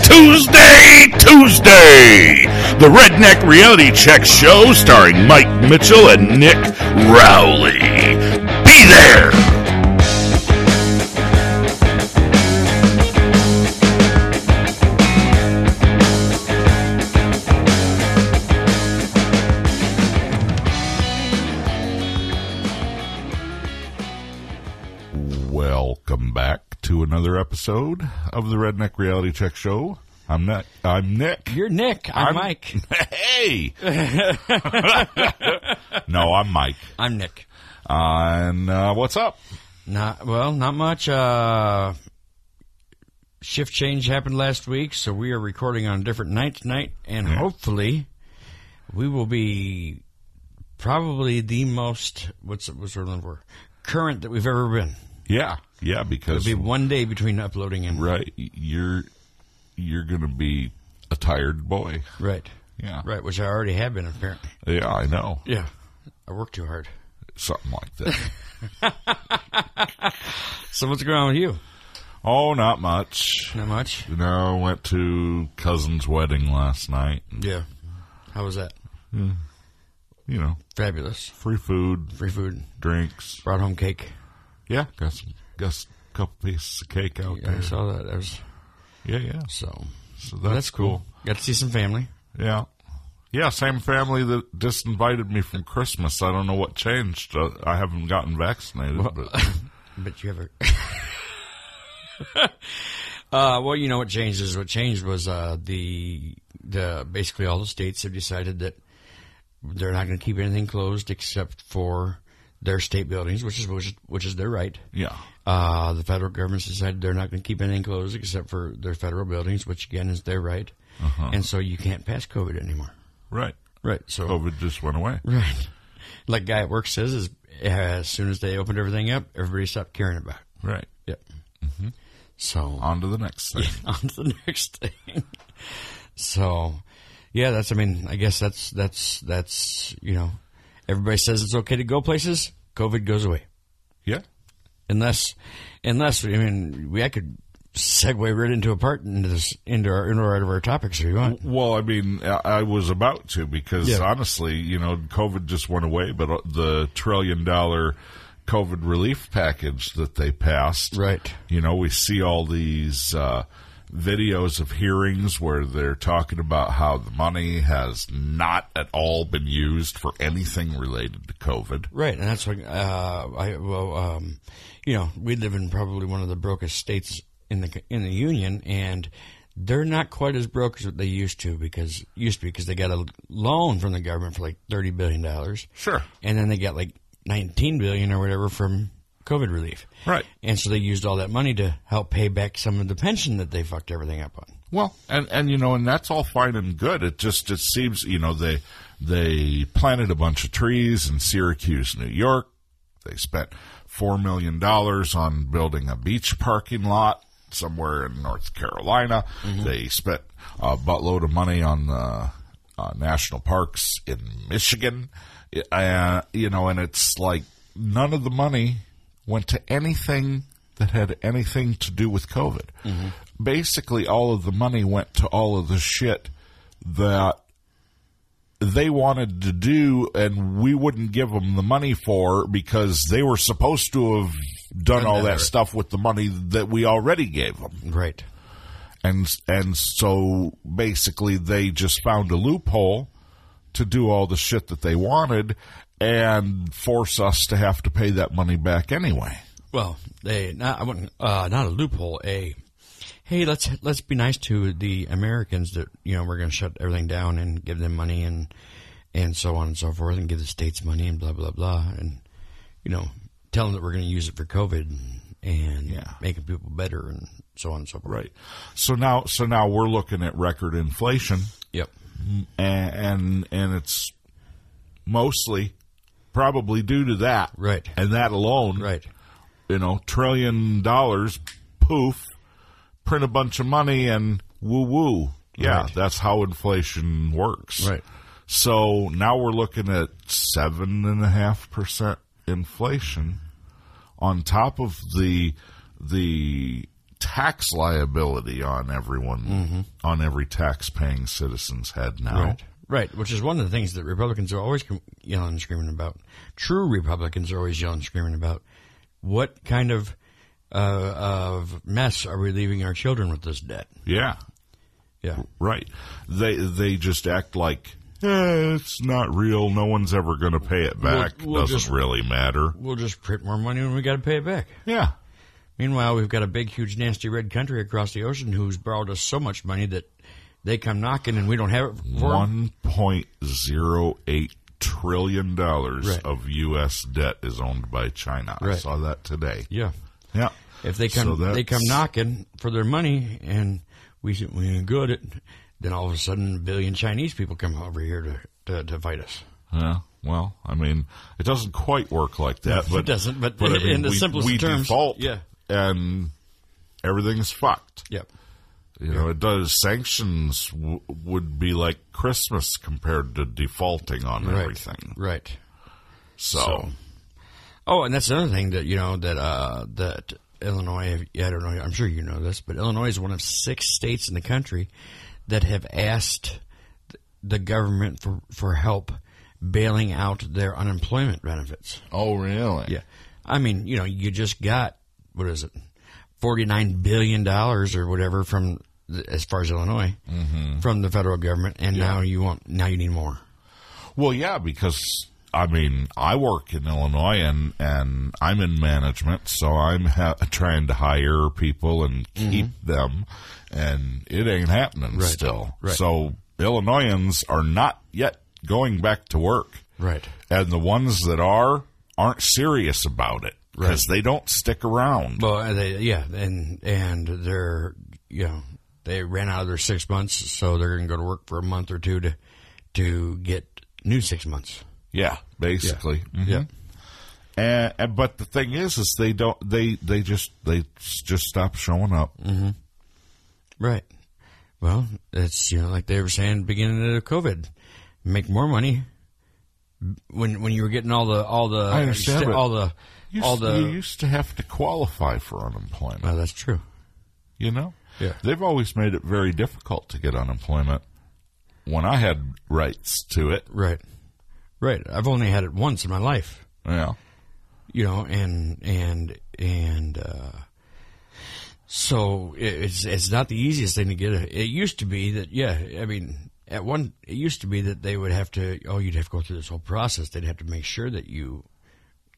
Tuesday, Tuesday. The Redneck Reality Check Show starring Mike Mitchell and Nick Rowley. Be there. Welcome back to another episode of the Redneck Reality Check Show. I'm Nick. I'm Nick. You're Nick. I'm, Mike. Hey. no, I'm Mike. I'm Nick. And uh, what's up? Not well. Not much. Uh, shift change happened last week, so we are recording on a different night tonight, and hopefully, we will be probably the most what's what's our word current that we've ever been. Yeah, yeah, because It'll be one day between uploading and right, you're you're gonna be a tired boy. right, Yeah, right, which I already have been apparently. yeah, I know Yeah, I work too hard. something like that. So what's going on with you? oh, not much. Not much. No, went to cousin's wedding last night. and, Yeah. How was that? You know, Fabulous. free food, Free food. drinks. Brought home cake. Yeah, got some, got some couple pieces of cake out Yeah, I there. saw that. That was Yeah, yeah. so. So Well, that's cool. Got to see some family. Yeah. Yeah, same family that just invited me from Christmas. I don't know what changed. Uh, I haven't gotten vaccinated, but But you have a. uh, well, you know what changed is what changed was uh, the the basically all the states have decided that they're not going to keep anything closed except for their state buildings, which is which, is- which is their right. yeah. Uh, the federal government's decided they're not going to keep anything closed except for their federal buildings, which again is their right. And so you can't pass COVID anymore. Right. Uh-huh. Right. So COVID just went away. Right. Like guy at work says, is uh, as soon as they opened everything up, everybody stopped caring about it. Right. Yep. So On to the next thing. on to the next thing. so yeah, that's. I mean, I guess that's that's that's you know, everybody says it's okay to go places. COVID goes away Yeah. unless unless I mean we I could segue right into a part into this into our into our, our topics if you want. Well, I mean, I I was about to because Yeah. honestly, you know, COVID just went away, but uh, the trillion dollar COVID relief package that they passed. Right. You know, we see all these uh, videos of hearings where they're talking about how the money has not at all been used for anything related to COVID. Right, and that's what uh, I well, um, you know, we live in probably one of the brokest states in the in the union, and they're not quite as broke as what they used to because used to because they got a loan from the government for like thirty billion dollars, Sure. and then they got like nineteen billion or whatever from COVID relief, Right. and so they used all that money to help pay back some of the pension that they fucked everything up on. Well, and and you know, and that's all fine and good. It just it seems you know they they planted a bunch of trees in Syracuse, New York. They spent four million dollars on building a beach parking lot somewhere in North Carolina. They spent a buttload of money on the uh, national parks in Michigan. Uh, you know, and it's like none of the money went to anything that had anything to do with COVID. Basically, all of the money went to all of the shit that they wanted to do, and we wouldn't give them the money for because they were supposed to have done all that stuff with the money that we already gave them Right. and and so basically they just found a loophole to do all the shit that they wanted and force us to have to pay that money back anyway. Well, they not I wouldn't uh, not a loophole. A hey, let's let's be nice to the Americans that you know we're going to shut everything down and give them money and and so on and so forth and give the states money and blah blah blah and you know tell them that we're going to use it for COVID and, and Yeah. making people better and so on and so forth. Right. So now so now we're looking at record inflation Yep. and and, and it's mostly probably due to that. Right. And that alone. Right. You know, trillion dollars poof print a bunch of money and woo woo. Yeah, Right. that's how inflation works. Right. So now we're looking at seven and a half percent inflation on top of the the tax liability on everyone, on every tax-paying citizen's head now. Mm-hmm. Right. Right, which is one of the things that Republicans are always com- yelling and screaming about. True Republicans are always yelling and screaming about what kind of uh, of mess are we leaving our children with this debt? Yeah, Yeah, right. They they just act like eh, it's not real. No one's ever going to pay it back. we'll Doesn't just- really matter. we'll just print more money when we got to pay it back. Yeah, Meanwhile, we've got a big, huge, nasty red country across the ocean who's borrowed us so much money that they come knocking and we don't have it for one 'em. point zero eight trillion dollars Right. of U.S. debt is owned by China. I Right. saw that today. Yeah, Yeah, if they come, So they come that's- knocking for their money, and we say, we ain't good at. Then all of a sudden, a billion Chinese people come over here to to, to fight us. Yeah. Well, I mean, it doesn't quite work like that. No, but it doesn't, but I in mean, the we, simplest we terms, default. yeah. And everything's fucked. Yep. You know, it does. Sanctions w- would be like Christmas compared to defaulting on Right. everything. Right. So, Oh, and that's another thing that you know that uh, that Illinois. I don't know. I'm sure you know this, but Illinois is one of six states in the country that have asked the government for for help bailing out their unemployment benefits. oh really? Yeah, I mean, you know, you just got what is it, forty nine billion dollars or whatever from the, as far as Illinois from the federal government, and now you want now you need more. Well, yeah, because I mean, I work in Illinois and and I'm in management, so I'm ha- trying to hire people and keep them, and it ain't happening still. Mm-hmm. right. So Illinoisans are not yet going back to work, Right. and the ones that are aren't serious about it because they don't stick around. Well, and they, yeah, and and they're you know they ran out of their six months, so they're going to go to work for a month or two to to get new six months. Yeah, basically. Mhm. Yeah. And, and but the thing is, is they don't. They they just they just stop showing up. Mm. Right. Well, it's you know like they were saying at the beginning of COVID, make more money. When when you were getting all the all the I understand, but all the You all s- the you used to have to qualify for unemployment. well, that's true. You know, Yeah. they've always made it very difficult to get unemployment. When I had rights to it, Right. Right. I've only had it once in my life. yeah, you know, and and and uh, so it- it's it's not the easiest thing to get. It used to be that, yeah, I mean, at one, it used to be that they would have to, oh, you'd have to go through this whole process. They'd have to make sure that you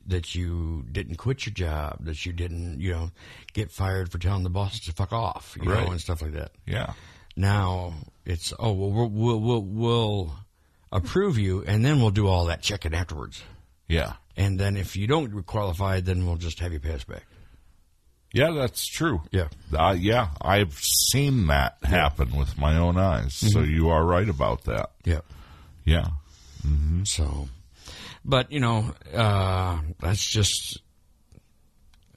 that you didn't quit your job, that you didn't, you know, get fired for telling the boss to fuck off, you Right. know, and stuff like that. yeah, Now it's oh well, we'll we'll we'll, we'll approve you, and then we'll do all that checking afterwards. yeah, And then if you don't qualify, then we'll just have you pass back. yeah. That's true. Yeah. Uh, yeah, I've seen that happen with my own eyes. So Mm-hmm. you are right about that. Yeah. Yeah, Hmm? So, but you know, uh, that's just.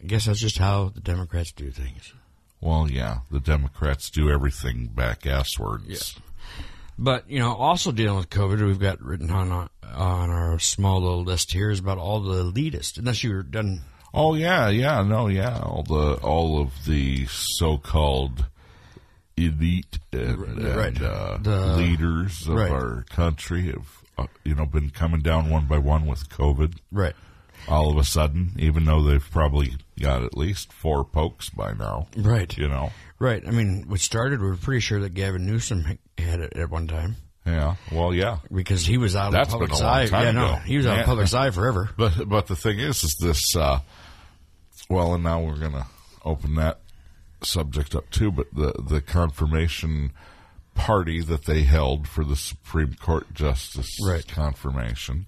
I guess that's just how the Democrats do things. Well, yeah, the Democrats do everything back asswards. But you know, also dealing with COVID, we've got written on our, on our small little list here is about all the elitist. Unless you were done, Oh yeah, yeah, no, yeah. All the all of the so-called elite and, Right. and, uh, The- leaders of right. our country have uh, you know been coming down one by one with COVID. right? All of a sudden, even though they've probably got at least four pokes by now, Right, you know. right. I mean, we started. We were pretty sure that Gavin Newsom had it at one time Yeah. Well, yeah. because he was out That's of public been a long eye. time yeah, no, ago. he was out Yeah. of public eye forever. But but the thing is, is this. Uh, well, and now we're gonna open that subject up too. But the the confirmation party that they held for the Supreme Court justice Right. confirmation,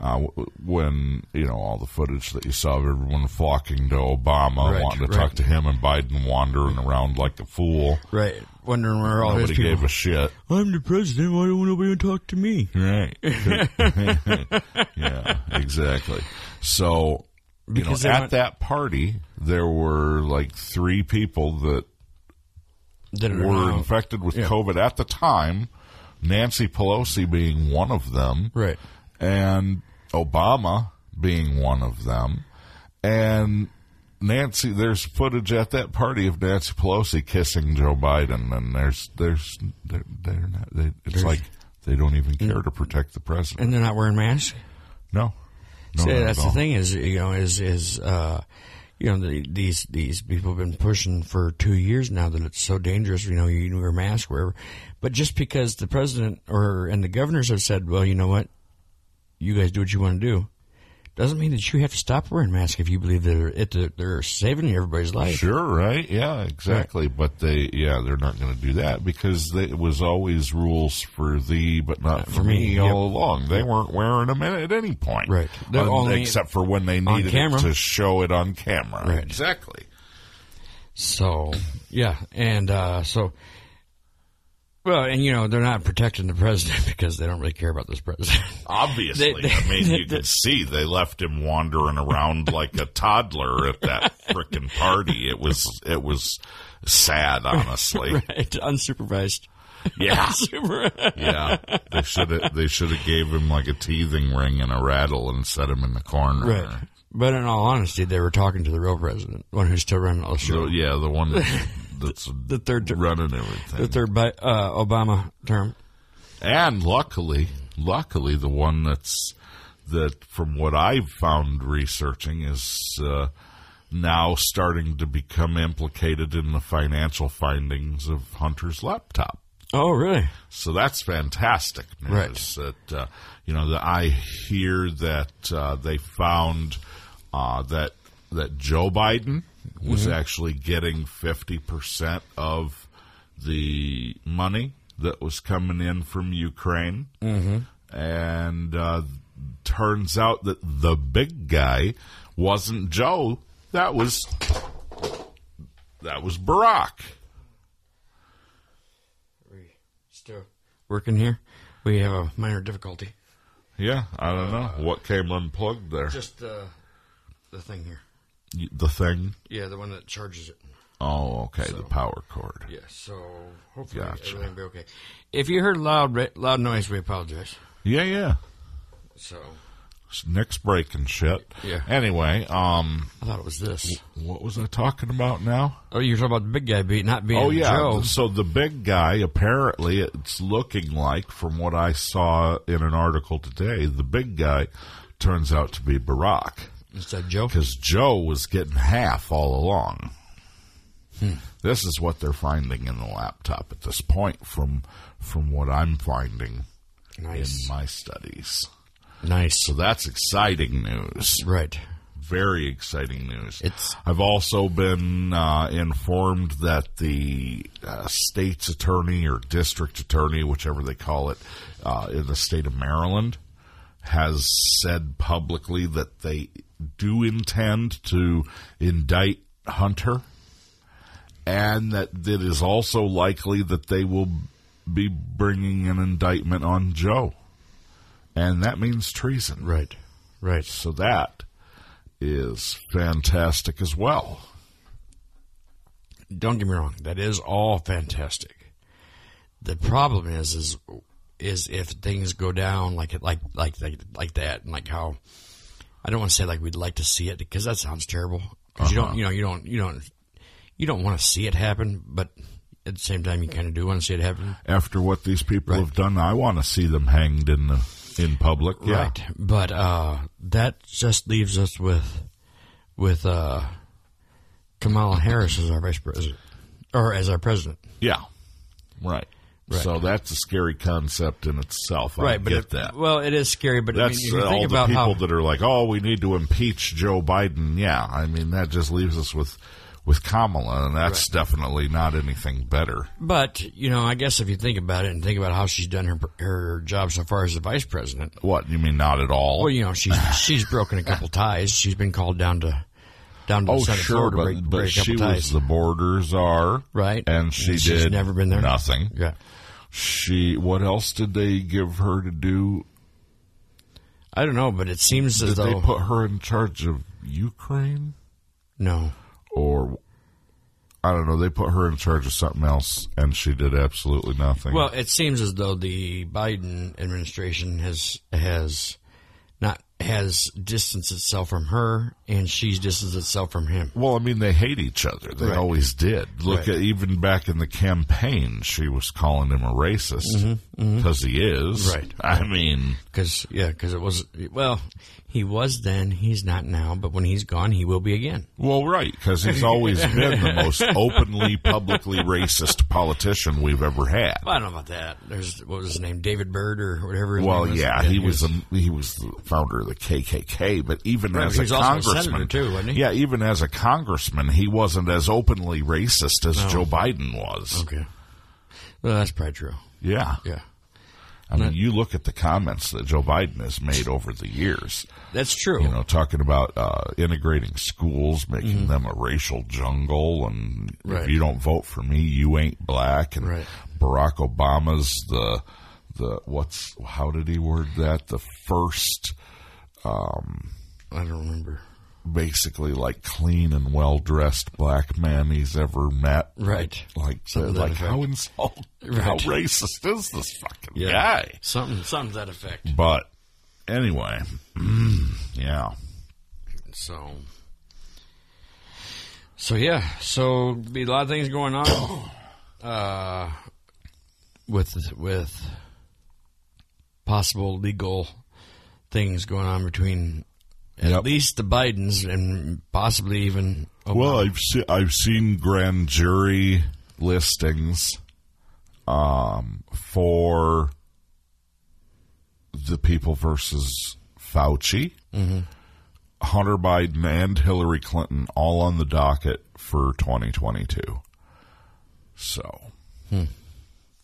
uh, w- when you know all the footage that you saw of everyone flocking to Obama, Right, wanting to right. talk to him, and Biden wandering around like a fool. Right, wondering where all his Nobody people. gave a shit. I'm the president. Why don't nobody talk to me? Right. yeah, exactly. So, you Because know, they at want- that party, there were like three people that That are were now- infected with COVID at the time, Nancy Pelosi being one of them. Right. And Obama being one of them. And Nancy, there's footage at that party of Nancy Pelosi kissing Joe Biden, and there's there's they're, they're not. They, it's There's- like they don't even care to protect the president. and they're not wearing masks. No, no, See, not at that's the all. thing is you know is is uh, you know the, these these people have been pushing for two years now that it's so dangerous. You know, you can wear a mask wherever, but just because the president or and the governors have said, well, you know what, you guys do what you want to do, doesn't mean that you have to stop wearing masks if you believe they're it, they're- they're saving everybody's life. Sure, right? Yeah, exactly. But they, yeah, they're not going to do that because they, it was always rules for thee, but not for me, me, all yep. along. They weren't wearing them at, at any point, Right. They're Um, only- except for when they needed it camera. to show it on camera. Right. Exactly. So yeah, and uh, so well, and you know they're not protecting the president because they don't really care about this president. Obviously, They- they- I mean, you could see they left him wandering around like a toddler at that frickin' party. It was, it was sad, honestly. right, unsupervised. Yeah. Super. Yeah, they should have. They should have gave him like a teething ring and a rattle and set him in the corner. Right. But in all honesty, they were talking to the real president, one who's still running all the show. So yeah, the one that's, that's The third, ter- running everything. the third Bi- uh, Obama term. and luckily, luckily, the one that's that from what I've found researching is uh, now starting to become implicated in the financial findings of Hunter's laptop. Oh, really? So that's fantastic news. That uh, you know, that I hear that uh, they found uh, that that Joe Biden was actually getting fifty percent of the money that was coming in from Ukraine, mm-hmm. and uh, turns out that the big guy wasn't Joe. That was that was Barack. Still working here. We have a minor difficulty. Yeah, I don't know what came unplugged there. Just uh, the thing here. Y- the thing. Yeah, the one that charges it. Oh, okay, the power cord. Yeah. So hopefully Gotcha. everything will be okay. If you heard loud ra- loud noise, we apologize. Yeah, yeah. So It's Nick's breaking shit. Yeah. Anyway, um, I thought it was this. what was I talking about now? Oh, you were talking about the big guy beat, not being oh yeah. Joe. So the big guy, apparently, it's looking like, from what I saw in an article today, the big guy turns out to be Barack Instead, Joe. because Joe was getting half all along. Hmm. This is what they're finding in the laptop at this point, from from what I'm finding in Nice. my studies. Nice. So that's exciting news. Right. Very exciting news. It's- I've also been uh, informed that the uh, state's attorney or district attorney, whichever they call it, uh, in the state of Maryland, has said publicly that they do intend to indict Hunter, and that it is also likely that they will be bringing an indictment on Joe, and that means treason. Right. Right. So that is fantastic as well. don't get me wrong that is all fantastic the problem is is is if things go down like it like like like, like that and like how i don't want to say like we'd like to see it because that sounds terrible 'Cause you don't you know you don't you don't you don't want to see it happen but at the same time you kind of do want to see it happen After what these people have done, I want to see them hanged in the in public. Yeah. right but uh that just leaves us with with uh kamala harris as our vice president or as our president Yeah. Right. So that's a scary concept in itself. I but get it- that. Well, it is scary, but I mean, That's if you uh, think all the about people how that are like, "Oh, we need to impeach Joe Biden." Yeah, I mean that just leaves us with with Kamala, and that's definitely not anything better. But you know, I guess if you think about it and think about how she's done her her job so far as the vice president, What you mean, not at all? well, you know, she's she's broken a couple ties. She's been called down to down to oh, the Senate sure, floor to but, break, but break a she couple was ties, the borders are right? and she she's did never been there. Nothing. Yeah, She. What else did they give her to do? I don't know, but it seems as Did though they put her in charge of Ukraine no, or? I don't know. They put her in charge of something else, and she did absolutely nothing. Well, it seems as though the Biden administration has has not has distanced itself from her, and she's distanced itself from him. Well, I mean, they hate each other. They Right. always did. Look Right. at even back in the campaign, she was calling him a racist because he is. Mm-hmm. Right. I mean, Because yeah, because it was well, he was then, he's not now, but when he's gone, he will be again. well, right, because he's always been the most openly, publicly racist politician we've ever had. I don't know about that. There's what was his name, David Bird or whatever. His Well, name is. yeah, he was a, he was the founder of the KKK, but even Right, as but he a was also a congressman, senator too, wasn't he? yeah, even as a congressman, he wasn't as openly racist as Joe Biden was. Okay. Well, that's probably true. Yeah, Yeah, I mean, you look at the comments that Joe Biden has made over the years. that's true. You know, talking about uh, integrating schools, making them a racial jungle, and Mm-hmm. Right. if you don't vote for me, you ain't black. And Right. Barack Obama's the the what's how did he word that? The first. I don't remember. basically like clean and well dressed black man he's ever met. Right. Like, Something to that like effect. how insult, how Right. racist is this fucking Yeah. guy? Something, something to that effect. But anyway, yeah, So, so yeah, so be a lot of things going on uh, with with possible legal things going on between at Yep. least the Bidens and possibly even Obama. Well, I've se- I've seen grand jury listings um, for the people versus Fauci, Hunter Biden, and Hillary Clinton all on the docket for 2022. So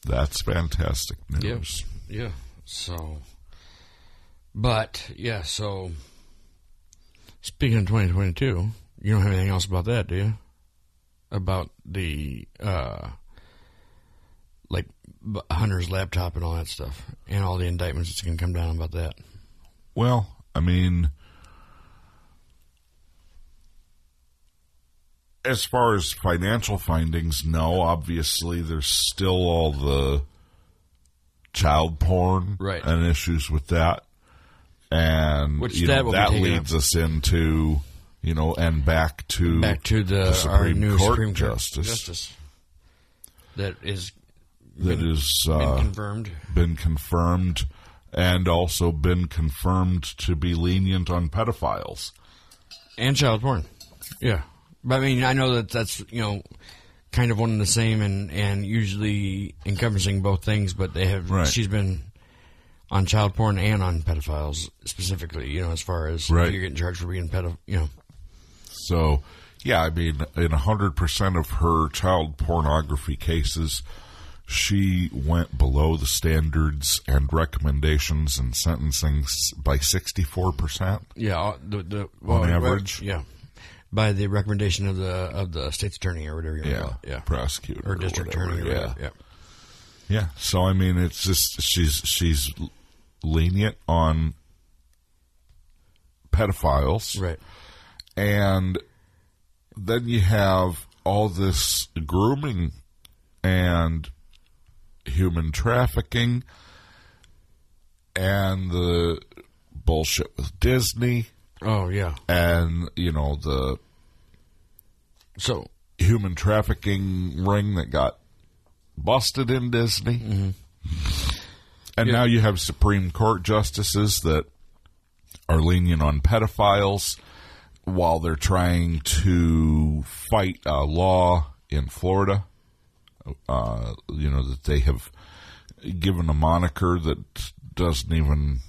that's fantastic news. yeah. So, but yeah, so speaking of 2022, you don't have anything else about that, do you? About the uh, like b- Hunter's laptop and all that stuff, and all the indictments that's going to come down about that. Well, I mean, as far as financial findings, no. Obviously, there's still all the child porn Right. and issues with that. And Which you that know, will be that taken leads us into, you know, and back to, Back to the, the our Supreme new Court Supreme Court justice. justice that is that is been uh, confirmed. been confirmed and also been confirmed to be lenient on pedophiles. and child porn. Yeah, but I mean, I know that that's you know kind of one and the same, and and usually encompassing both things. But they have Right. she's been on child porn and on pedophiles specifically. You know, as far as if Right. you're getting charged for being pedo, you know, So, yeah, I mean, in 100% of her child pornography cases, she went below the standards and recommendations and sentencing s- by 64%. yeah, all- the, the well, average? yeah, by the recommendation of the of the state's attorney or whatever. You wanna call it. yeah, Uh, Prosecutor. or district whatever, attorney. Or Yeah. whatever. yeah. Yeah. So, I mean, it's just, she's, she's l- lenient on pedophiles. Right. and then you have all this grooming and human trafficking and the bullshit with Disney Oh yeah. and you know the So human trafficking ring that got busted in Disney. And now you have Supreme Court justices that are lenient on pedophiles while they're trying to fight a law in Florida. Uh, you know, that they have given a moniker that doesn't even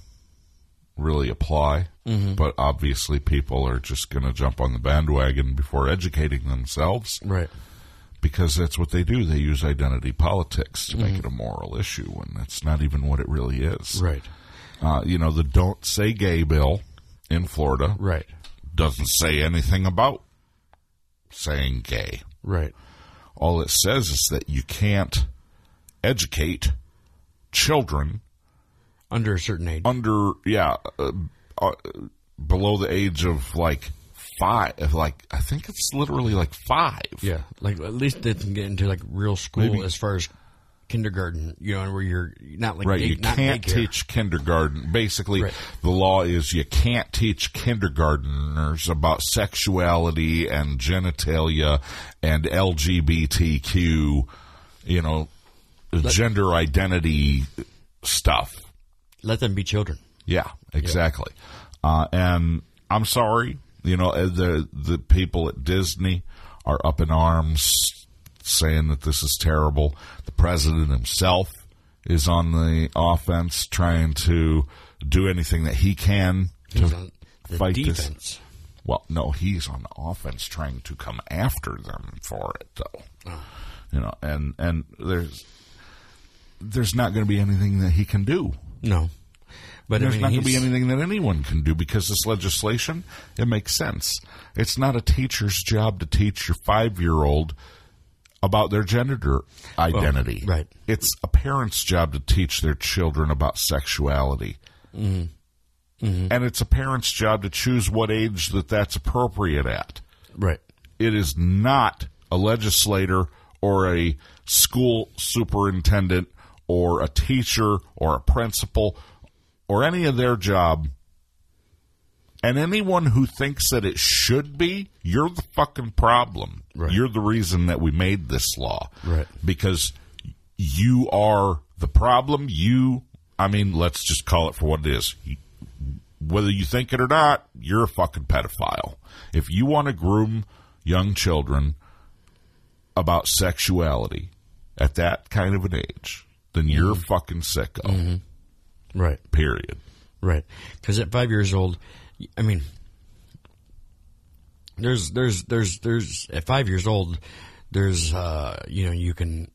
really apply. But obviously, people are just going to jump on the bandwagon before educating themselves right. because that's what they do. They use identity politics to make it a moral issue when that's not even what it really is. Right. Uh, you know, the Don't Say Gay bill in Florida Right. doesn't say anything about saying gay. Right. All it says is that you can't educate children Under a certain age. under, yeah, uh, uh, below the age of like five. Like, I think it's literally like five. Yeah, like at least they can get into like real school as far as kindergarten, you know, where you're not like Right, day- you not can't daycare. teach kindergarten. Basically, Right. the law is you can't teach kindergarteners about sexuality and genitalia and LGBTQ, you know, gender identity stuff. Let them be children. Yeah, exactly. Uh, and I'm sorry, you know, uh, the the people at Disney are up in arms saying that this is terrible. The president himself is on the offense trying to do anything that he can to He's on the fight defense. this. Well, no, he's on the offense trying to come after them for it, though. You know, and and there's there's not going to be anything that he can do. No, but There's I mean, not going to be he's- anything that anyone can do because this legislation, it makes sense. It's not a teacher's job to teach your five year old about their gender identity. right. It's a parent's job to teach their children about sexuality. Mm-hmm. And it's a parent's job to choose what age that that's appropriate at. right. It is not a legislator or a school superintendent or a teacher or a principal or any of their job. And anyone who thinks that it should be, you're the fucking problem. Right. You're the reason that we made this law. Right. Because you are the problem. You, I mean, let's just call it for what it is whether you think it or not, you're a fucking pedophile. If you want to groom young children about sexuality at that kind of an age, then you're a Mm-hmm. fucking sicko. Right. Period. Right. Because at five years old, I mean, there's there's there's there's at five years old, there's uh you know you can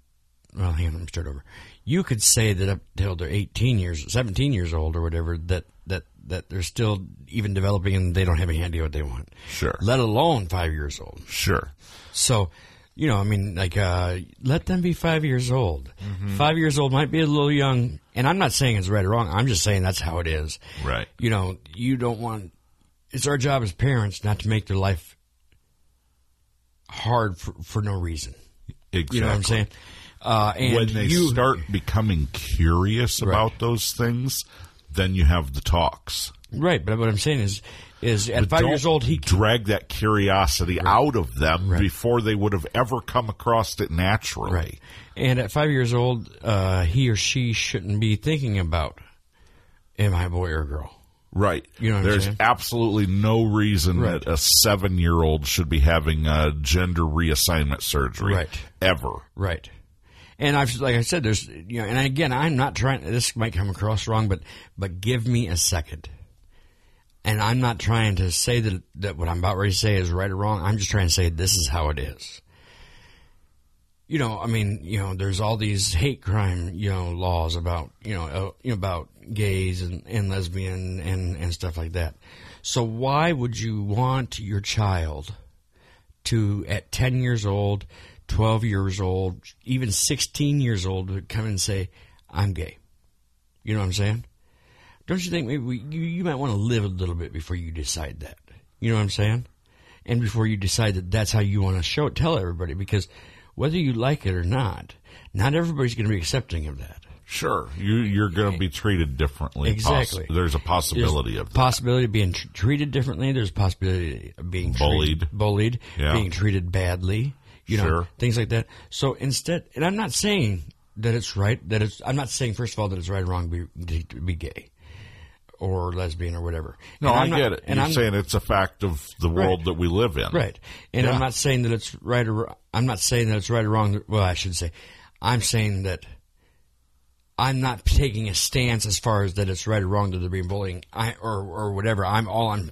well hang on let me start over. You could say that up till they're eighteen years, seventeen years old or whatever that that that they're still even developing and they don't have any idea what they want. Sure. Let alone five years old. Sure. So, you know, I mean, like, uh, let them be five years old. Five years old might be a little young, and I'm not saying it's right or wrong. I'm just saying that's how it is. Right. You know, you don't want. It's our job as parents not to make their life hard for, for no reason. Exactly. You know what I'm saying? Uh, and when they you, start becoming curious about those things, then you have the talks. right? But what I'm saying is, is at five Don't years old, he drag that curiosity out of them before they would have ever come across it naturally. Right. And at five years old, uh, he or she shouldn't be thinking about, am I a boy or a girl? Right. You know what I'm There's saying? absolutely no reason Right. that a seven year old should be having a gender reassignment surgery. Right. Ever. Right. And I've like I said, there's you know, and again, I'm not trying. This might come across wrong, but but give me a second. And I'm not trying to say that that what I'm about ready to say is right or wrong. I'm just trying to say this is how it is. You know, I mean, you know, there's all these hate crime, you know, laws about you know, uh, you know about gays and and lesbian and and stuff like that. So why would you want your child? to at 10 years old, 12 years old, even 16 years old would come and say, I'm gay. You know what I'm saying? Don't you think maybe we, you, you might want to live a little bit before you decide that? You know what I'm saying? And before you decide that that's how you want to show it, tell everybody because whether you like it or not, not everybody's going to be accepting of that. Sure. You, you're going to be treated differently. Exactly. Poss- there's a possibility There's of that. possibility of being tr- treated differently. There's possibility of being treated- Bullied. bullied, Yeah. being treated badly. You know, Sure. things like that. So instead, and I'm not saying that it's right. That it's. I'm not saying first of all that it's right or wrong to be, to be gay or lesbian or whatever. No, And I I'm not- get it. And you're I'm saying it's a fact of the world that we live in. right. And Yeah. I'm not saying that it's right or. wr- I'm not saying that it's right or wrong. Well, I should say, I'm saying that. I'm not taking a stance as far as that it's right or wrong that they're being bullying I, or or whatever. I'm all I'm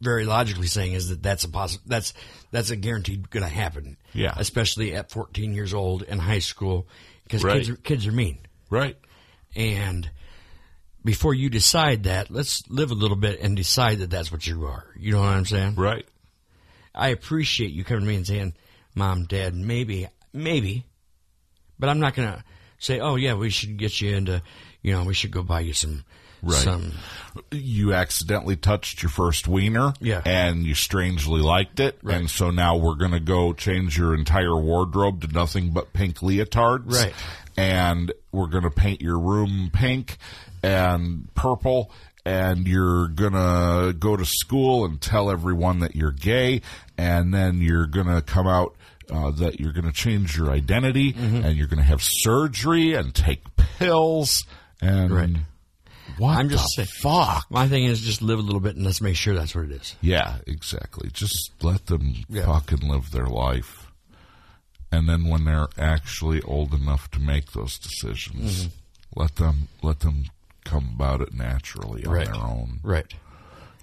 very logically saying is that that's a possi- that's that's a guaranteed going to happen. Yeah. especially at 14 years old in high school because Right. kids are, kids are mean. Right. And before you decide that, let's live a little bit and decide that that's what you are. You know what I'm saying? Right. I appreciate you coming to me and saying, "Mom, Dad, maybe, maybe," but I'm not gonna say, "Oh yeah, we should get you into, you know, we should go buy you some Right. some you accidentally touched your first wiener Yeah. and you strangely liked it and so now we're going to go change your entire wardrobe to nothing but pink leotards Right. and we're going to paint your room pink and purple and you're going to go to school and tell everyone that you're gay and then you're going to come out uh, that you're going to change your identity Mm-hmm. and you're going to have surgery and take pills and Right. what I'm just the saying- fuck My thing is just live a little bit and let's make sure that's what it is. yeah, exactly. Just let them Yeah. fucking live their life. And then when they're actually old enough to make those decisions, Mm-hmm. let them let them come about it naturally on Right. their own. Right.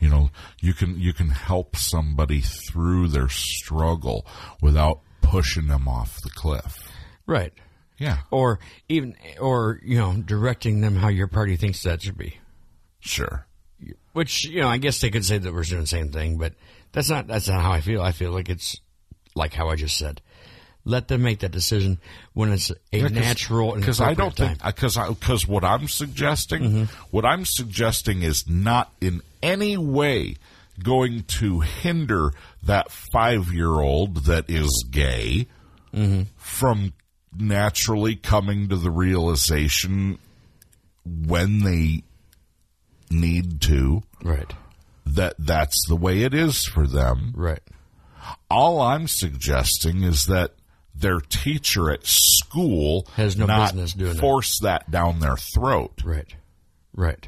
You know, you can you can help somebody through their struggle without pushing them off the cliff. Right. Yeah, Or even or you know directing them how your party thinks that should be. sure. Which you know I guess they could say that we're doing the same thing, but that's not that's not how I feel. I feel like it's like how I just said. Let them make that decision when it's a natural and because I don't appropriate think Mm-hmm. because because what I'm suggesting, what I'm suggesting is not in any way going to hinder that five year old that is gay Mm-hmm. from naturally coming to the realization when they need to time. right, that that's the way it is for them right, all I'm suggesting is that their teacher at school Has no not business doing that. force that down their throat. right, right.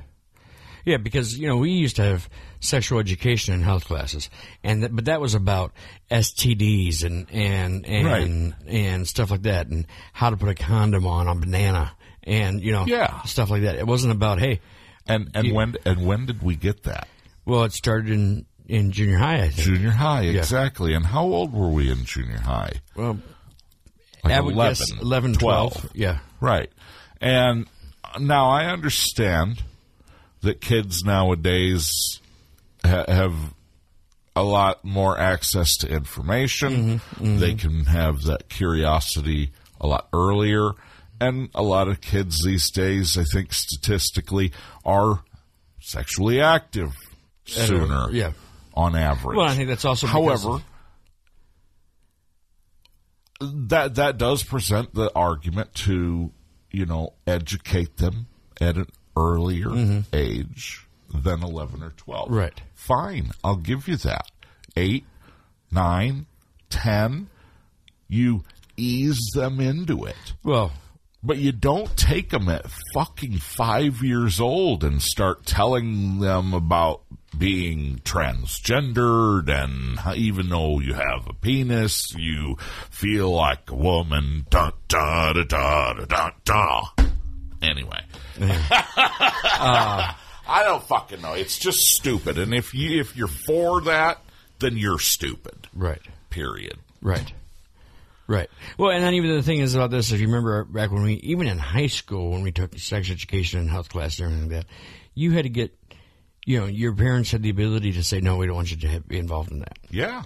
Yeah, because you know we used to have sexual education in health classes, and that, but that was about STDs and and and and stuff like that, and how to put a condom on a banana, and you know, Yeah. stuff like that. It wasn't about hey, And and when and when did we get that? well, it started in in junior high, I think. Junior high, exactly. And how old were we in junior high? Well, Like I would guess 11, 12. yeah, Right. And now I understand that kids nowadays ha- have a lot more access to information. They can have that curiosity a lot earlier. And a lot of kids these days, I think statistically, are sexually active sooner yeah. on average. Well, I think that's also because- However, that that does present the argument to you know educate them at an earlier age than eleven or twelve. Mm-hmm. Right. Fine, I'll give you that. Eight, nine, ten, you ease them into it. Well, But you don't take them at fucking five years old and start telling them about being transgendered and how- even though you have a penis, you feel like a woman. Da da da da da da. da. Anyway, Uh, I don't fucking know. It's just stupid. And if you if you're for that, then you're stupid. right. Period. Right. Right. Well, and then even the thing is about this, if you remember back when we, even in high school, when we took sex education and health class and everything like that, you had to get, you know, your parents had the ability to say, no, we don't want you to have, be involved in that. Yeah.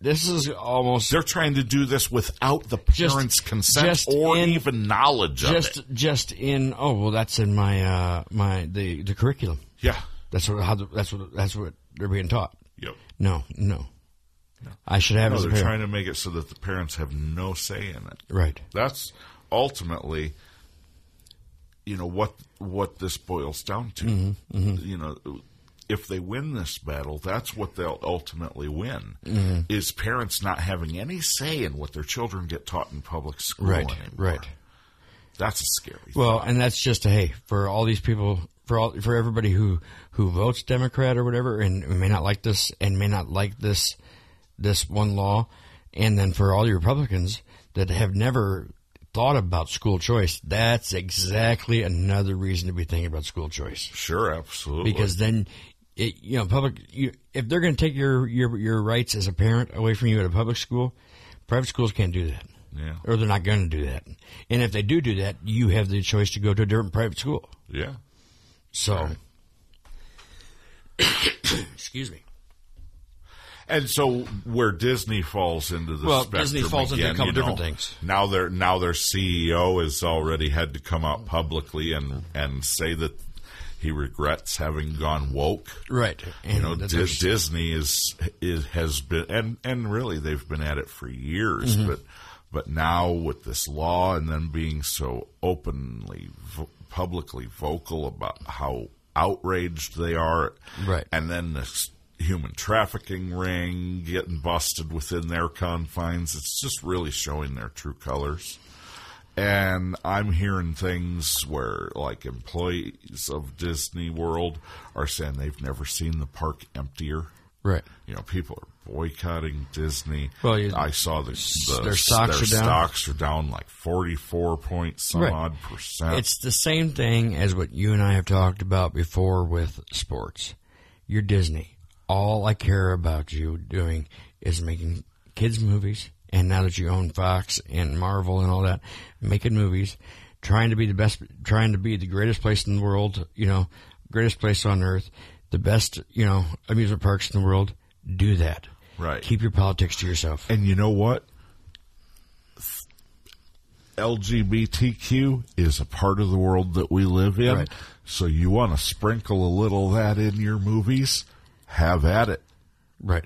This is almost They're trying to do this without the Just- parents' consent just or in- even knowledge of it. just, just in, oh, well, that's in my, uh, my, the, the curriculum. Yeah. That's what, how, the, that's what, that's what they're being taught. Yep. No, no. I should have No, as a they're parent. trying to make it so that the parents have no say in it. right. That's ultimately, you know what what this boils down to. Mm-hmm, You know, if they win this battle, that's what they'll ultimately win: Mm-hmm. is parents not having any say in what their children get taught in public school Right. anymore. Right. That's a scary. Well, and that's just a hey for all these people for all for everybody who who votes Democrat or whatever and may not like this and may not like this this one law, and then for all the Republicans that have never thought about school choice, that's exactly another reason to be thinking about school choice sure, absolutely. because then. It, you know, public. You, if they're going to take your, your your rights as a parent away from you at a public school, private schools can't do that yeah, or they're not going to do that. And if they do do that, you have the choice to go to a different private school. yeah. So, excuse me. And so where Disney falls into the Well, spectrum Disney falls into again, a couple you different know, things. Now their E now their CEO has already had to come out publicly and and say that He regrets having gone woke. Right. And You know, that Dis there's- Disney is is has been and and really they've been at it for years, Mm-hmm. but but now with this law and then being so openly vo- publicly vocal about how outraged they are, Right. and then this human trafficking ring getting busted within their confines, it's just really showing their true colors and I'm hearing things where like employees of Disney World are saying they've never seen the park emptier. right. You know, people are boycotting Disney. Well, you- I saw the, the their stocks their are down. stocks are down like forty four point some Right. odd percent. It's the same thing as what you and I have talked about before with sports. You're Disney. All I care about you doing is making kids' movies. And now that you own Fox and Marvel and all that, making movies, trying to be the best, trying to be the greatest place in the world, you know, greatest place on earth, the best, you know, amusement parks in the world. Do that. Right. Keep your politics to yourself. and you know what? LGBTQ is a part of the world that we live in. Right. So you want to sprinkle a little of that in your movies? Have at it. Right.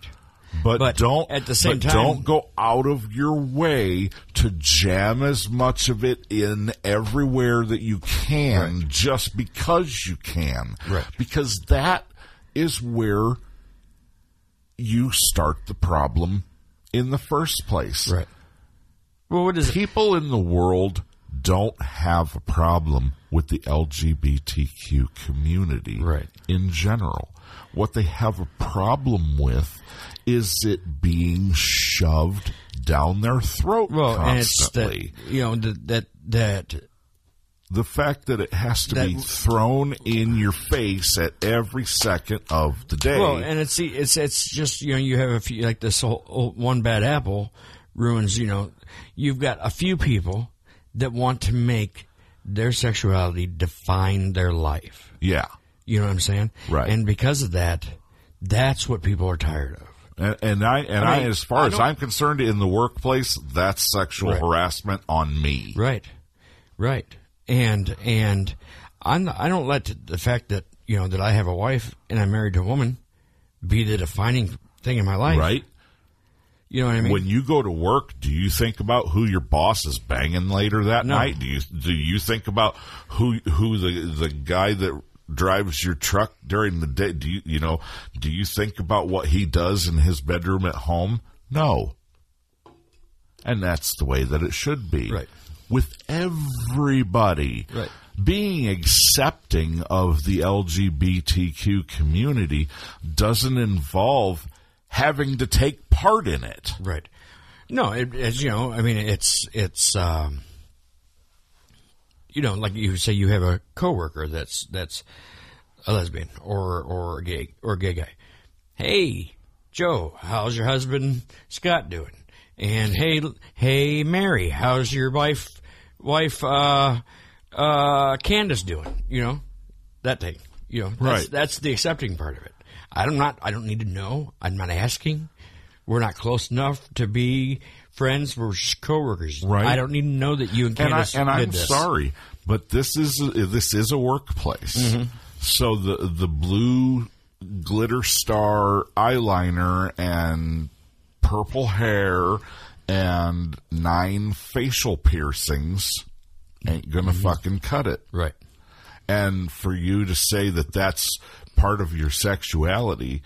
But, But don't at the same but time- don't go out of your way to jam as much of it in everywhere that you can just because you can. Right. Because that is where you start the problem in the first place. Right. Well, what is it? People in the world don't have a problem with the LGBTQ community Right. in general. What they have a problem with is it being shoved down their throat Well, and it's that, constantly. you know, that, that, that the fact that it has to be That- thrown in your face at every second of the day. Well, and it's the- it's it's just you know you have a few like this whole, whole one bad apple ruins you know you've got a few people that want to make their sexuality define their life. yeah. You know what I'm saying? Right. And because of that, that's what people are tired of. And, and I and I, mean, as far I as don't- I'm concerned, in the workplace, that's sexual Right. harassment on me. Right, right, and and I'm I don't let the fact that you know that I have a wife and I'm married to a woman be the defining thing in my life. Right? You know what I mean? when you go to work, do you think about who your boss is banging later that No. night? Do you do you think about who who the the guy that drives your truck during the day? Do you you know do you think about what he does in his bedroom at home? No. And that's the way that it should be. Right. With everybody Right. being accepting of the LGBTQ community doesn't involve having to take part in it. Right. No, it, it's you know, I mean, it's it's um, you know, like you say, you have a coworker that's that's a lesbian or or a gay or a gay guy. Hey, Joe, how's your husband Scott doing? And hey, hey, Mary, how's your wife wife uh uh Candace doing? You know, that thing. You know, that's, Right. That's the accepting part of it. I'm not. I don't need to know. I'm not asking. We're not close enough to be friends. We're just coworkers. Right. I don't need to know that you and and I Candace and did I'm this. sorry, but this is this is a workplace. Mm-hmm. So the the blue glitter star eyeliner and purple hair and nine facial piercings ain't gonna Mm-hmm. fucking cut it. Right. And for you to say that that's part of your sexuality,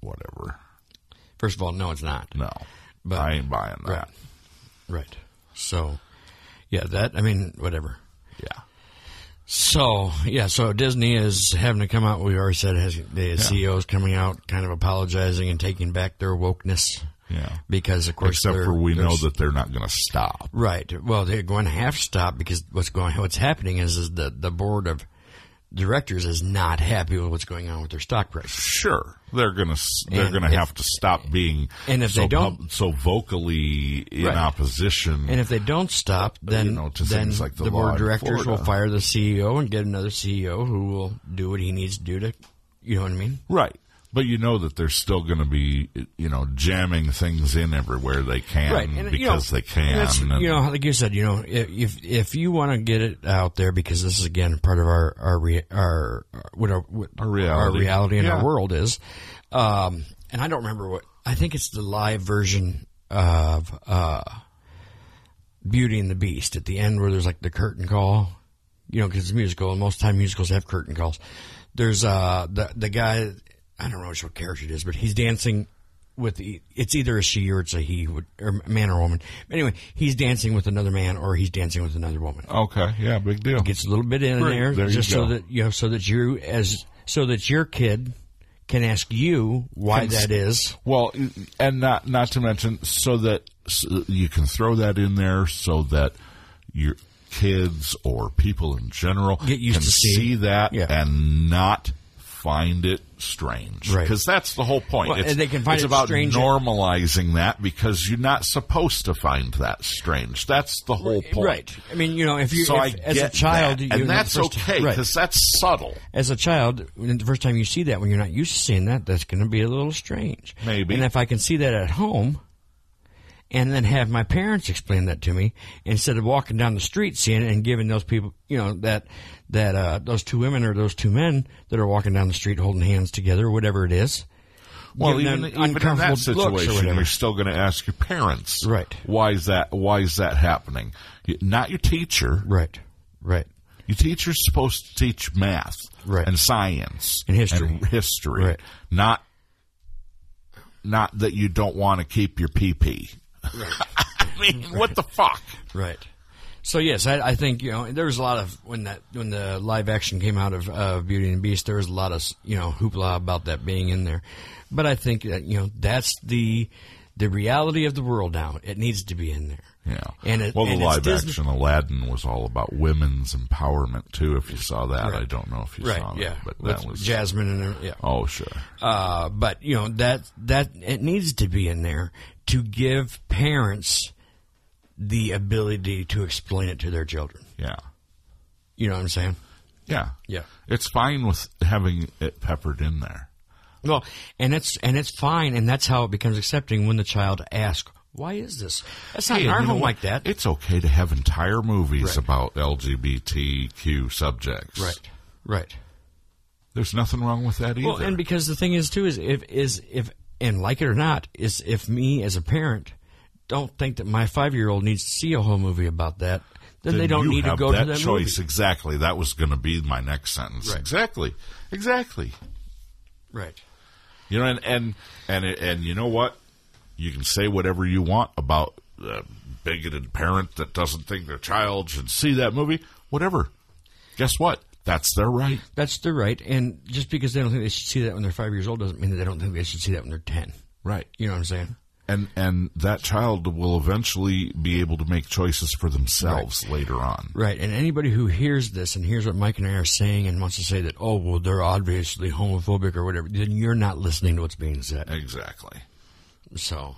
whatever. First of all, no, it's not. No, But- I ain't buying that. Right. Right. So, yeah, that. I mean, whatever. Yeah. So yeah, so Disney is having to come out. We already said has the CEO is coming out, kind of apologizing and taking back their wokeness. Yeah. Because of course, Except they're- for we they're know that they're not going to stop. Right. Well, they're going to have to stop because what's going what's happening is is the the board of directors is not happy with what's going on with their stock price. sure they're gonna s- they're And gonna if- have to stop being and if so they don't- pub- so vocally in Right. opposition And if they don't stop, then know, to then things like the the law board of in directors Florida. will fire E the CEO and get another CEO who will do what he needs to do to, you know what I mean? right But you know that they're still going to be, you know, jamming things in everywhere they can right and, you know, because they can. that's- and- you know like you said you know if if, if you want to get it out there because this is again part of our our re, our what our, what Our reality. our reality and Yeah. our world is um and i don't remember what i think it's the live version of uh beauty and the beast at the end where there's like the curtain call you know because it's musical and most time musicals have curtain calls there's uh the the guy i don't know which what character it is but he's dancing with the, it's either a she or it's a he would- or a man or woman anyway he's dancing with another man or he's dancing with another woman okay, yeah, big deal. gets a little bit in Right, there, there you just so go. that you know so that you as so that your kid can ask you why that is Well, and not not to mention, so that so you can throw that in there, so that your kids or people in general Get used can to see. that Yeah. and not find it strange, Right. Because that's the whole point. Well, and they can find it's it about strange- normalizing that because you're not supposed to find that strange. That's the whole point, right i mean you know if you So if- I as a get child that. you and that's the first- okay right. because that's subtle. as a child, when the first time you see that, when you're not used to seeing that, that's going to be a little strange. Maybe. And if I can see that at home, and then have my parents explain that to me instead of walking down the street seeing it and giving those people, you know, that that uh, those two women or those two men that are walking down the street holding hands together, whatever it is. Well, giving even, them even in uncomfortable that looks or situation, whatever. you're still going to ask your parents, Right. Why is that? Why is that happening? You- Not your teacher. Right. Right. Your teacher's supposed to teach math, Right. and science And history. and history. Right. Not, not that you don't want to keep your PP. I mean, what the fuck? Right. So yes, I, I think you know there was a lot of when that when the live action came out of uh, Beauty and the Beast, there was a lot of you know hoopla about that being in there. But I think that you know that's the the reality of the world now. It needs to be in there. Yeah. And it, well, the and it's live Disney- action Aladdin was all about women's empowerment too. If you saw that, I don't know if you saw right? that, Yeah. but With that was Jasmine and her- yeah. oh sure. Uh, but you know that that it needs to be in there to give parents the ability to explain it to their children. Yeah, You know what I'm saying? yeah, Yeah. It's fine with having it peppered in there. Well, and it's and it's fine, and that's how it becomes accepting when the child asks, "Why is this?" That's not in Hey, our you know home what? like that, It's okay to have entire movies Right. about LGBTQ subjects. right? Right. There's nothing wrong with that either. Well, and because the thing is too is if is if and like it or not is if me as a parent don't think that my five year old needs to see a whole movie about that, then, they don't you need to have go that to that choice. Exactly. That was going to be my next sentence. Right. Exactly. Exactly. movie. Right. You know, and and and and you know what? You can say whatever you want about a bigoted parent that doesn't think their child should see that movie. Whatever. Guess what? That's their right. That's the right, and just because they don't think they should see that when they're five years old doesn't mean that they don't think they should see that when they're ten. Right. You know what I'm saying? and and that child will eventually be able to make choices for themselves later on. Right, and anybody who hears this and hears what Mike and I are saying and wants to say that, oh, well, they're obviously homophobic or whatever, then you're not listening to what's being said. Exactly. So,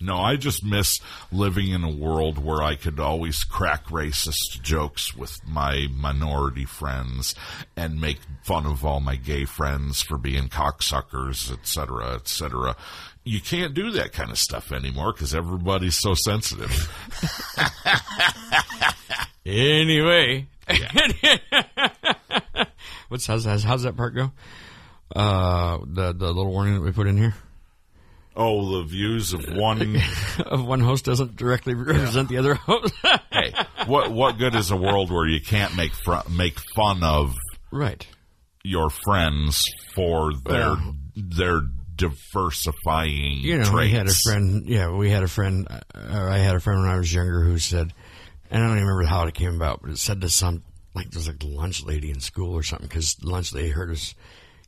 No, I just miss living in a world where I could always crack racist jokes with my minority friends and make fun of all my gay friends for being cocksuckers, et cetera, et cetera. You can't do that kind of stuff anymore because everybody's so sensitive. anyway. What's, how's, how's, how's that part go? Uh, the, the little warning that we put in here? oh, the views of one of one host doesn't directly represent the other host. hey, what what good is a world where you can't make fr- make fun of right. your friends for their their diversifying you know, traits? we had a friend. Yeah, we had a friend. uh, Or I had a friend when I was younger who said, and I don't even remember how it came about, but it said to some like there's like the lunch lady in school or something because lunch lady heard us,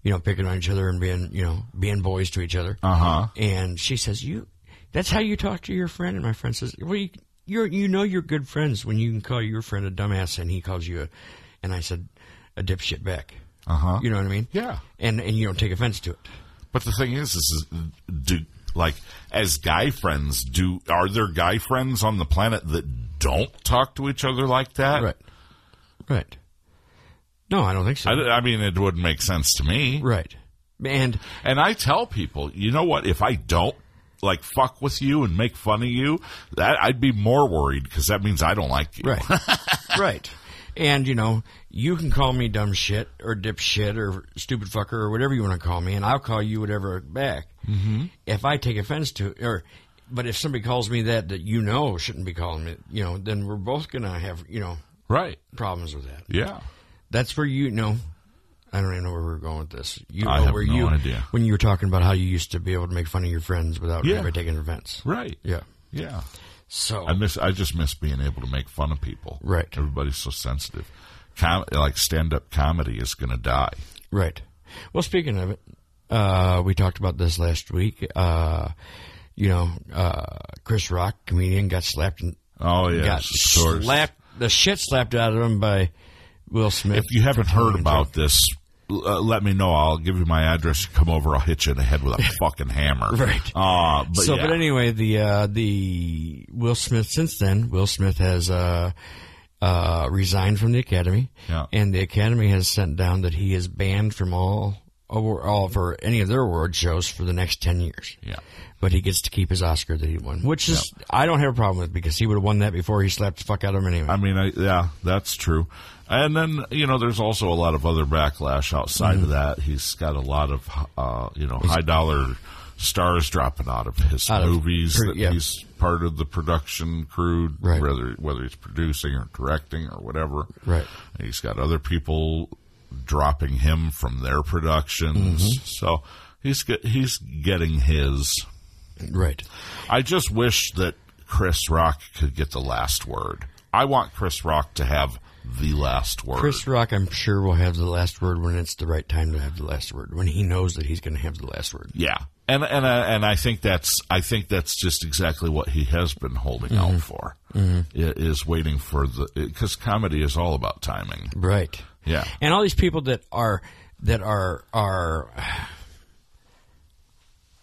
you know, picking on each other and being you know being boys to each Uh-huh. other. Uh huh. And she says, "You, that's how you talk to your friend." And my friend says, "Well, you you're, you know you're good friends when you can call your friend a dumbass and he calls you a," and I said, "A dipshit back." Uh huh. You know what I mean? Uh-huh. Yeah. And and you don't take offense to it. But the thing is, is, is do like as guy friends do? Are there guy friends on the planet that don't talk to each other like that? Right. Right. No, I don't think so. I, I mean, it wouldn't make sense to me. right. And And I tell people, you know what? If I don't like fuck with you and make fun of you, that I'd be more worried because that means I don't like you. Right. right. And you know, you can call me dumb shit or dipshit or stupid fucker or whatever you want to call me, and I'll call you whatever back. Mm-hmm. If I take offense to, or but if somebody calls me that that you know shouldn't be calling me, you know, then we're both gonna have you know Right. problems with that. Yeah. That's where you know. I don't even know where we're going with this. You know I have where no you idea. when you were talking about how you used to be able to make fun of your friends without Yeah. ever taking offense. Right. Yeah. Yeah. So I miss. I just miss being able to make fun of people. Right. Everybody's so sensitive. Com- like stand up comedy is going to die. Right. Well, speaking of it, uh, we talked about this last week. Uh, you know, uh, Chris Rock, comedian, got slapped and Oh yeah. got slapped the shit slapped out of him by Will Smith. If you haven't heard Joke. about this, l- uh, let me know. I'll give you my address. Come over. I'll hit you in the head with a fucking hammer. Right. Uh, but so, yeah. but anyway, the uh, the Will Smith. Since then, Will Smith has uh, uh, resigned from the Academy, Yeah. and the Academy has sent down that he is banned from all award, all for any of their award shows for the next ten years. Yeah. But he gets to keep his Oscar that he won, which is I don't have a problem with because he would have won that before he slapped the fuck out of him anyway. I mean, I, yeah, that's true. And then you know, there's also a lot of other backlash outside Mm. of that. He's got a lot of uh, you know high dollar stars dropping out of his Out of movies pro- that yeah. he's part of the production crew, Right. whether whether he's producing or directing or whatever. Right. And he's got other people dropping him from their productions, Mm-hmm. so he's get, he's getting his. right. I just wish that Chris Rock could get the last word. I want Chris Rock to have the last word. Chris Rock, I'm sure, will have the last word when it's the right time to have the last word, when he knows that he's going to have the last word. yeah, and and uh, and I think that's I think that's just exactly what he has been holding Mm-hmm. out for. i- Is waiting for the because comedy is all about timing. Right. Yeah, and all these people that are that are are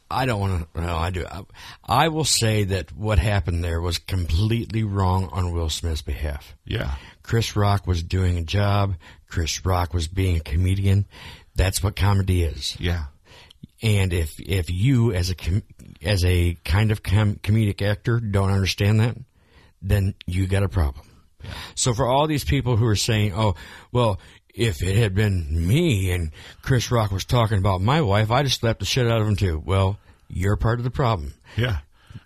I don't want to. No, I do. I, I will say that what happened there was completely wrong on Will Smith's behalf. yeah, Chris Rock was doing a job. Chris Rock was being a comedian. That's what comedy is. yeah, And if if you as a com- as a kind of com- comedic actor don't understand that, then you got a problem. So for all these people who are saying, "Oh, well, if it had been me and Chris Rock was talking about my wife, I'd have slapped the shit out of him too." Well, you're part of the problem. yeah.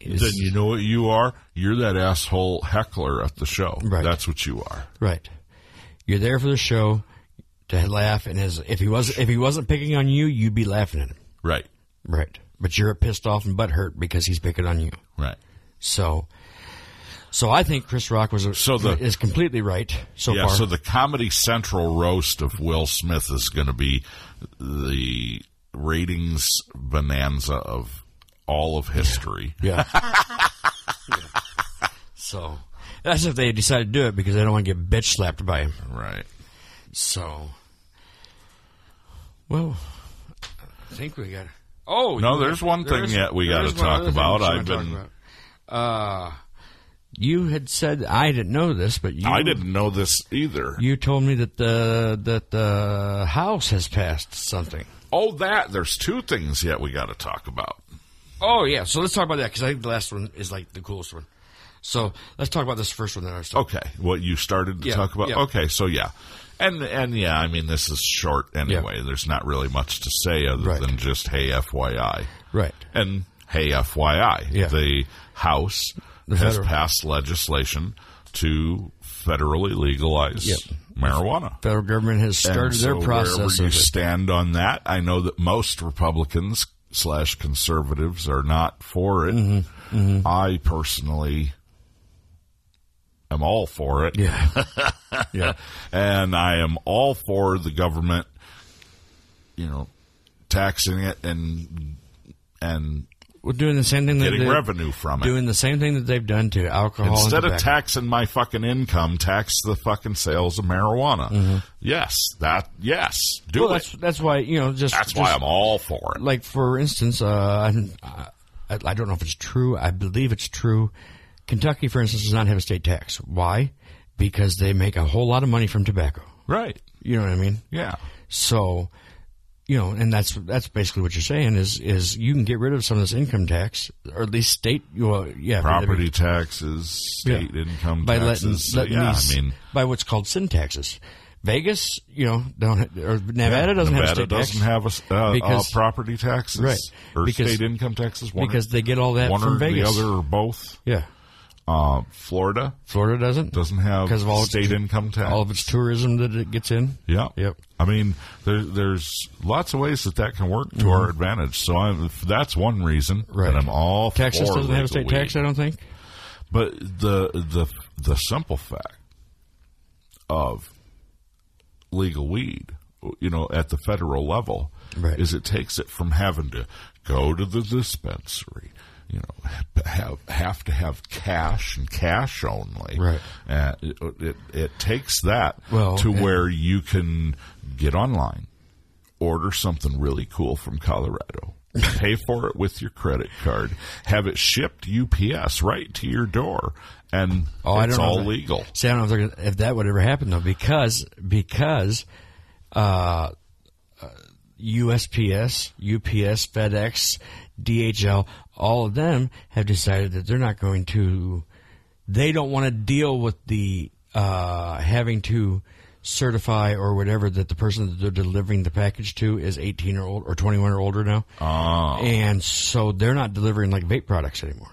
then you know what you are? You're that asshole heckler at the show. Right. That's what you are. Right. You're there for the show to laugh, and as if he was if he wasn't picking on you, you'd be laughing at him. Right. Right. But you're pissed off and butthurt because he's picking on you. Right. So, so I think Chris Rock was So the- is completely right so yeah, far. so the Comedy Central roast of Will Smith is going to be the ratings bonanza of all of history. yeah. So that's if they decide to do it because they don't want to get bitch slapped by him. right. So, well, I think we got. Oh No, you- there's one there thing is- yet we there gotta is one talk other thing about. we should I've talk been- about. Uh, you had said I didn't know this, but you I didn't know this either. You told me that the that the house has passed something. oh, that there's two things yet we got to talk about. Oh yeah, so let's talk about that because I think the last one is like the coolest one. So let's talk about this first one that I was talking. Okay, what you started to Yeah, talk about. yeah. Okay, so yeah, and and yeah, I mean this is short anyway. There's not really much to say other Right. than just hey, FYI. Right. And hey, FYI, Yeah. the House has federal- passed legislation to federally legalize Yep. marijuana. Federal government has started And their so process Wherever of you it. stand on that, I know that most Republicans slash conservatives are not for it. Mm-hmm. I personally am all for it, yeah. yeah. and I am all for the government, you know, taxing it and and We're doing the same thing that getting they, revenue from it. doing the same thing that they've done to alcohol and Instead of tobacco. taxing my fucking income, tax the fucking sales of marijuana. Yes, that yes, do Mm-hmm. Well, it. that's That's, that's why you know just just- why I'm all for it. like for instance, uh, I, I I don't know if it's true. I believe it's true. Kentucky, for instance, does not have a state tax. Why? Because they make a whole lot of money from tobacco. Right? You know what I mean? Yeah. So you know, and that's that's basically what you're saying is is you can get rid of some of this income tax, or at least state you well, yeah Property taxes, state Yeah. income by taxes. letting, So, letting yeah, these- I mean, by what's called sin taxes. Vegas, you know, don't ha- or Nevada doesn't Nevada have state doesn't tax have a s- uh, uh, because- property taxes Right. or Because- state income taxes. One, or- because they get all that one from or Vegas. the other or both. yeah, Uh, Florida Florida doesn't doesn't have 'Cause of all its- state income tax. all of its tourism that it gets in. Yeah. Yep. I mean, there, there's lots of ways that that can work to our advantage. So I'm, that's one reason Mm-hmm. Right. that I'm all Texas for doesn't have a legal state weed. tax, I don't think. But the the the simple fact of legal weed, you know, at the federal level, Right. is it takes it from having to go to the dispensary, you know, have have to have cash and cash only. Right. Uh, it, it it takes that Well, to and- where you can get online, order something really cool from Colorado. Pay for it with your credit card. Have it shipped UPS right to your door, and Oh, I it's don't know all that- legal. See, I don't know if, they're gonna, if that would ever happen though, because because uh, uh, USPS, UPS, FedEx, DHL, all of them have decided that they're not going to. They don't want to deal with the uh, having to certify or whatever that the person that they're delivering the package to is 18 or old or 21 or older now. Ah, And so they're not delivering like vape products anymore.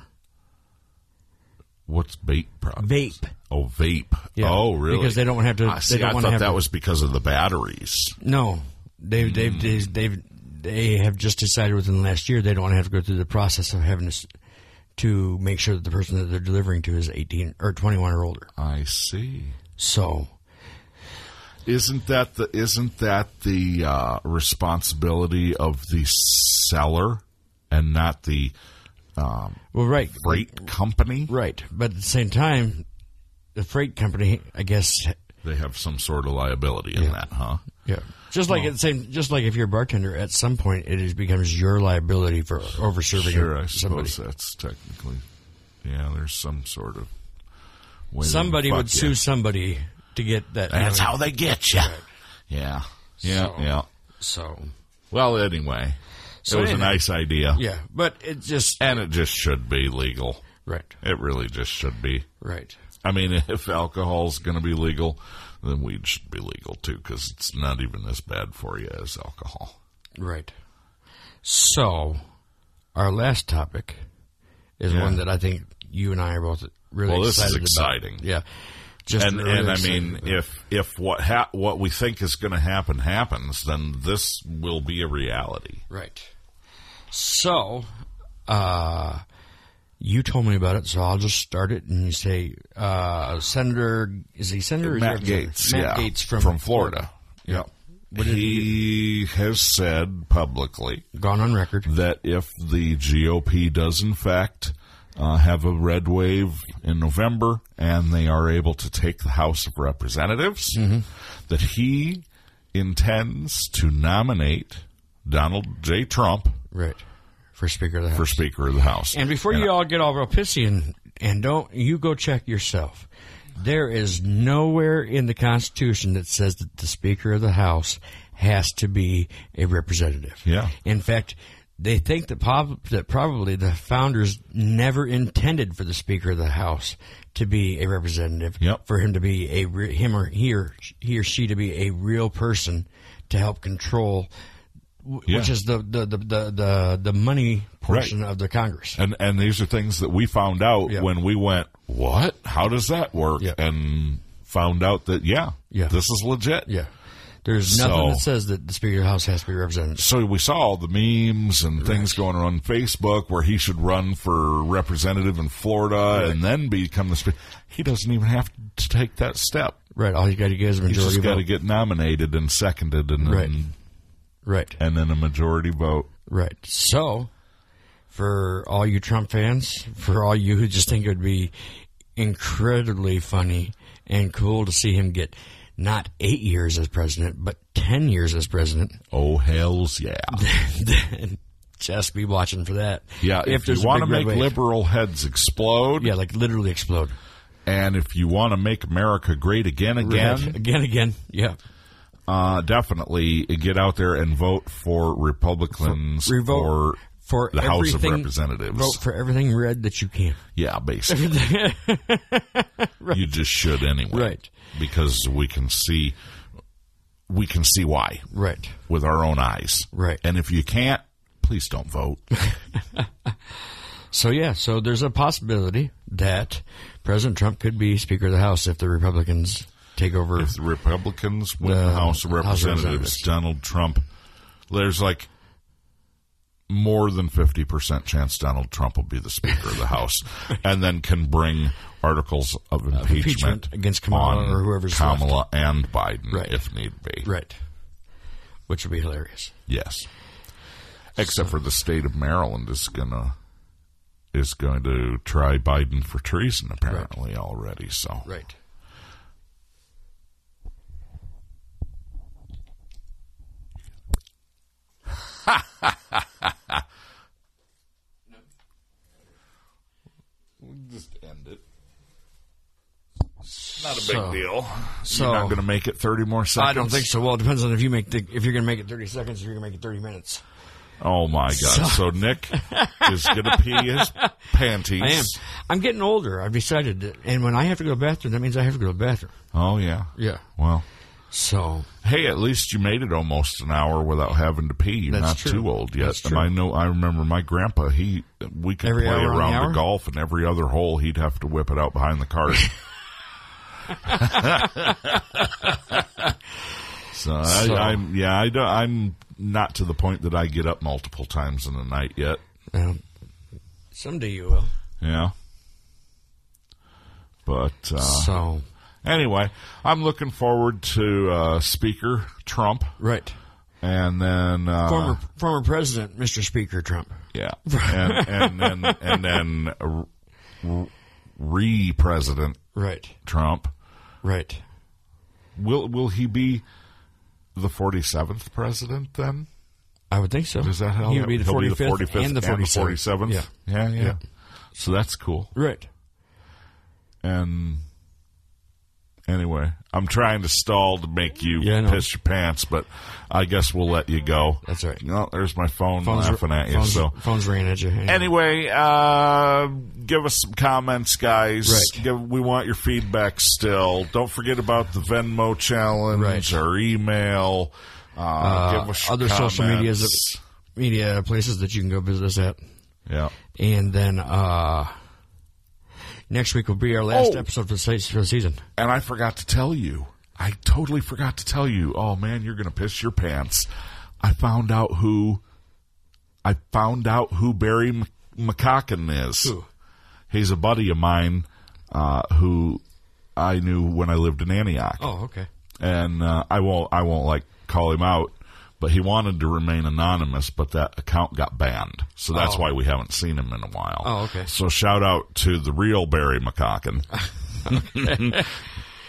what's vape product? Vape. Oh, vape. Yeah. Oh, really? Because they don't have to- I, see, they don't I wanna thought have that to- was because of the batteries. No, Hmm. they've they've they've, they've they have just decided within the last year they don't want to have to go through the process of having to s- to make sure that the person that they're delivering to is eighteen or twenty one or older. I see. So Isn't that the isn't that the uh, responsibility of the seller and not the well, right, freight company? right, but at the same time, the freight company, I guess, They have some sort of liability in that, huh? yeah. Just like at the same, just like if you're a bartender, at some point it is becomes your liability for over serving Sure, I somebody. suppose that's technically. Yeah, there's some sort of. way they Somebody can would fuck sue you. somebody to get that. That's how they get you. Yeah, yeah, So- yeah. So Well, anyway, So it was anyway. a nice idea, yeah, but it just and it just should be legal. right, It really just should be. right. I mean, if alcohol's going to be legal, then weed should be legal too, because it's not even as bad for you as alcohol. Right. So, our last topic is Yeah. one that I think you and I are both really Well, this is excited about. exciting. Yeah. Just and really and I excited mean, about it. if if what ha- what we think is going to happen happens, then this will be a reality. right. So, uh, you told me about it, so I'll just start it. And you say, uh, Senator is he Senator or is he Matt Representative? Gates, Matt Gates from Florida. Yeah. Yeah. He has said publicly Gone on record. that if the GOP does in fact uh, have a red wave in November and they are able to take the House of Representatives, Mm-hmm. that he intends to nominate Donald J. Trump Right. For Speaker of the House. for Speaker of the House. And before you all get all real pissy and, and don't, you go check yourself. There is nowhere in the Constitution that says that the Speaker of the House has to be a representative. Yeah. In fact, they think that, prob- that probably the founders never intended for the Speaker of the House to be a representative. Yep. For him to be a re- him or he or, he or she to be a real person to help control, w- Yeah. which is the the the the the, the money portion of the Congress. And and these are things that we found out Yeah. when we went, what? How does that work? Yeah. And found out that yeah, Yeah. this is legit. Yeah. There's nothing So- that says that the Speaker of the House has to be represented. So we saw all the memes and things going on Facebook where he should run for representative in Florida and then become the speaker. He doesn't even have to take that step. Right. All you got to get is a He's majority just got to vote. get nominated and seconded and Right. then, right. and then a majority vote. Right. So, for all you Trump fans, for all you who just think it would be incredibly funny and cool to see him get not eight years as president, but 10 years as president, Oh hells yeah. then just be watching for that. Yeah, if, there's you a want to big red make wave. liberal heads explode Yeah, like literally explode. and if you want to make America great again again, Again, again. Yeah. uh, definitely get out there and vote for Republicans For- revote- for, for the House of everything- Representatives. Vote for everything red that you can. Yeah, basically. You just should anyway. Right. Because we can see we can see why Right. with our own eyes. Right. And if you can't, please don't vote. So yeah, so there's a possibility that President Trump could be Speaker of the House if the Republicans take over. if the Republicans win the The House of House of Representatives, Representatives. Donald Trump, there's like more than 50% chance Donald Trump will be the Speaker of the House and then can bring articles of impeachment, impeachment against Kamala on or whoever's Kamala and Biden Right. if need be. Right. Which would be hilarious. Yes. Except for the state of Maryland is gonna is going to try Biden for treason apparently already. So Right. just end it. Not a big So- deal. so- You're not going to make it 30 more seconds. I don't think so. Well, it depends on if you make the, if you're going to make it 30 seconds or you're going to make it 30 minutes. Oh my god! So, Nick is going to pee his panties. I am. I'm getting older. I've decided that, and when I have to go to the bathroom, that means I have to go to the bathroom. Oh yeah. Yeah. Well, So hey, at least you made it almost an hour without having to pee. You're That's not true. too old yet. That's And true. I know. I remember my grandpa. He we could Every play hour on the around the hour? golf, and every other hole he'd have to whip it out behind the cart. so, So- I, I'm yeah I don't, I'm not to the point that I get up multiple times in the night yet. um, someday you will. Yeah. But uh, so anyway, I'm looking forward to uh, Speaker Trump, right, and then uh, former former president, Mr. Speaker Trump. yeah, and, and then and then re President Right. Trump. Right. Will will he be the 47th president then? I would think so. Is that how he that- would be the he'll forty fifth and the forty 47th? seventh? Yeah. yeah, yeah, So that's cool. Right. and anyway, I'm trying to stall to make you Yeah, I know. piss your pants, but I guess we'll let you go. That's all right. No, there's my phone laughing at you. phones, so phones ringing at you. Anyway. anyway, uh, give us some comments, guys. Right. Give, we want your feedback still. Don't forget about the Venmo challenge Right. or email. Uh, give us your other social medias, comments. that- media places that you can go visit us at, Yeah. and then uh, next week will be our last Oh. episode for the, se- for the season. And I forgot to tell you. I totally forgot to tell you. Oh man, you're gonna piss your pants. I found out who. I found out who Barry M- McCocken is. Who? He's a buddy of mine uh, who I knew when I lived in Antioch, Oh, okay. and uh, I won't. I won't like call him out. But he wanted to remain anonymous, but that account got banned, so that's Oh. why we haven't seen him in a while. Oh, okay. So shout out to the real Barry McCocken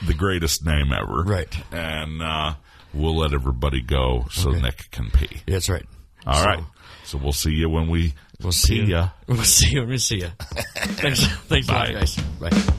the greatest name ever. Right. And uh, we'll let everybody go so Nick can pee. Yeah, that's right. All So, right. So we'll see you when we We'll see pee you. ya. We'll see you. We'll see you. thanks. Thanks a lot, Bye. guys. Bye.